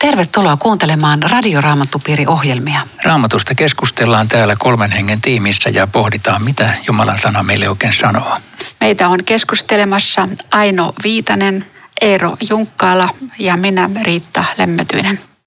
Tervetuloa kuuntelemaan Radioraamattupiiri-ohjelmia. Raamatusta keskustellaan täällä kolmen hengen tiimissä ja pohditaan, mitä Jumalan sana meille oikein sanoo. Meitä on keskustelemassa Aino Viitanen, Eero Junkkaala ja minä Riitta Lemmetyinen.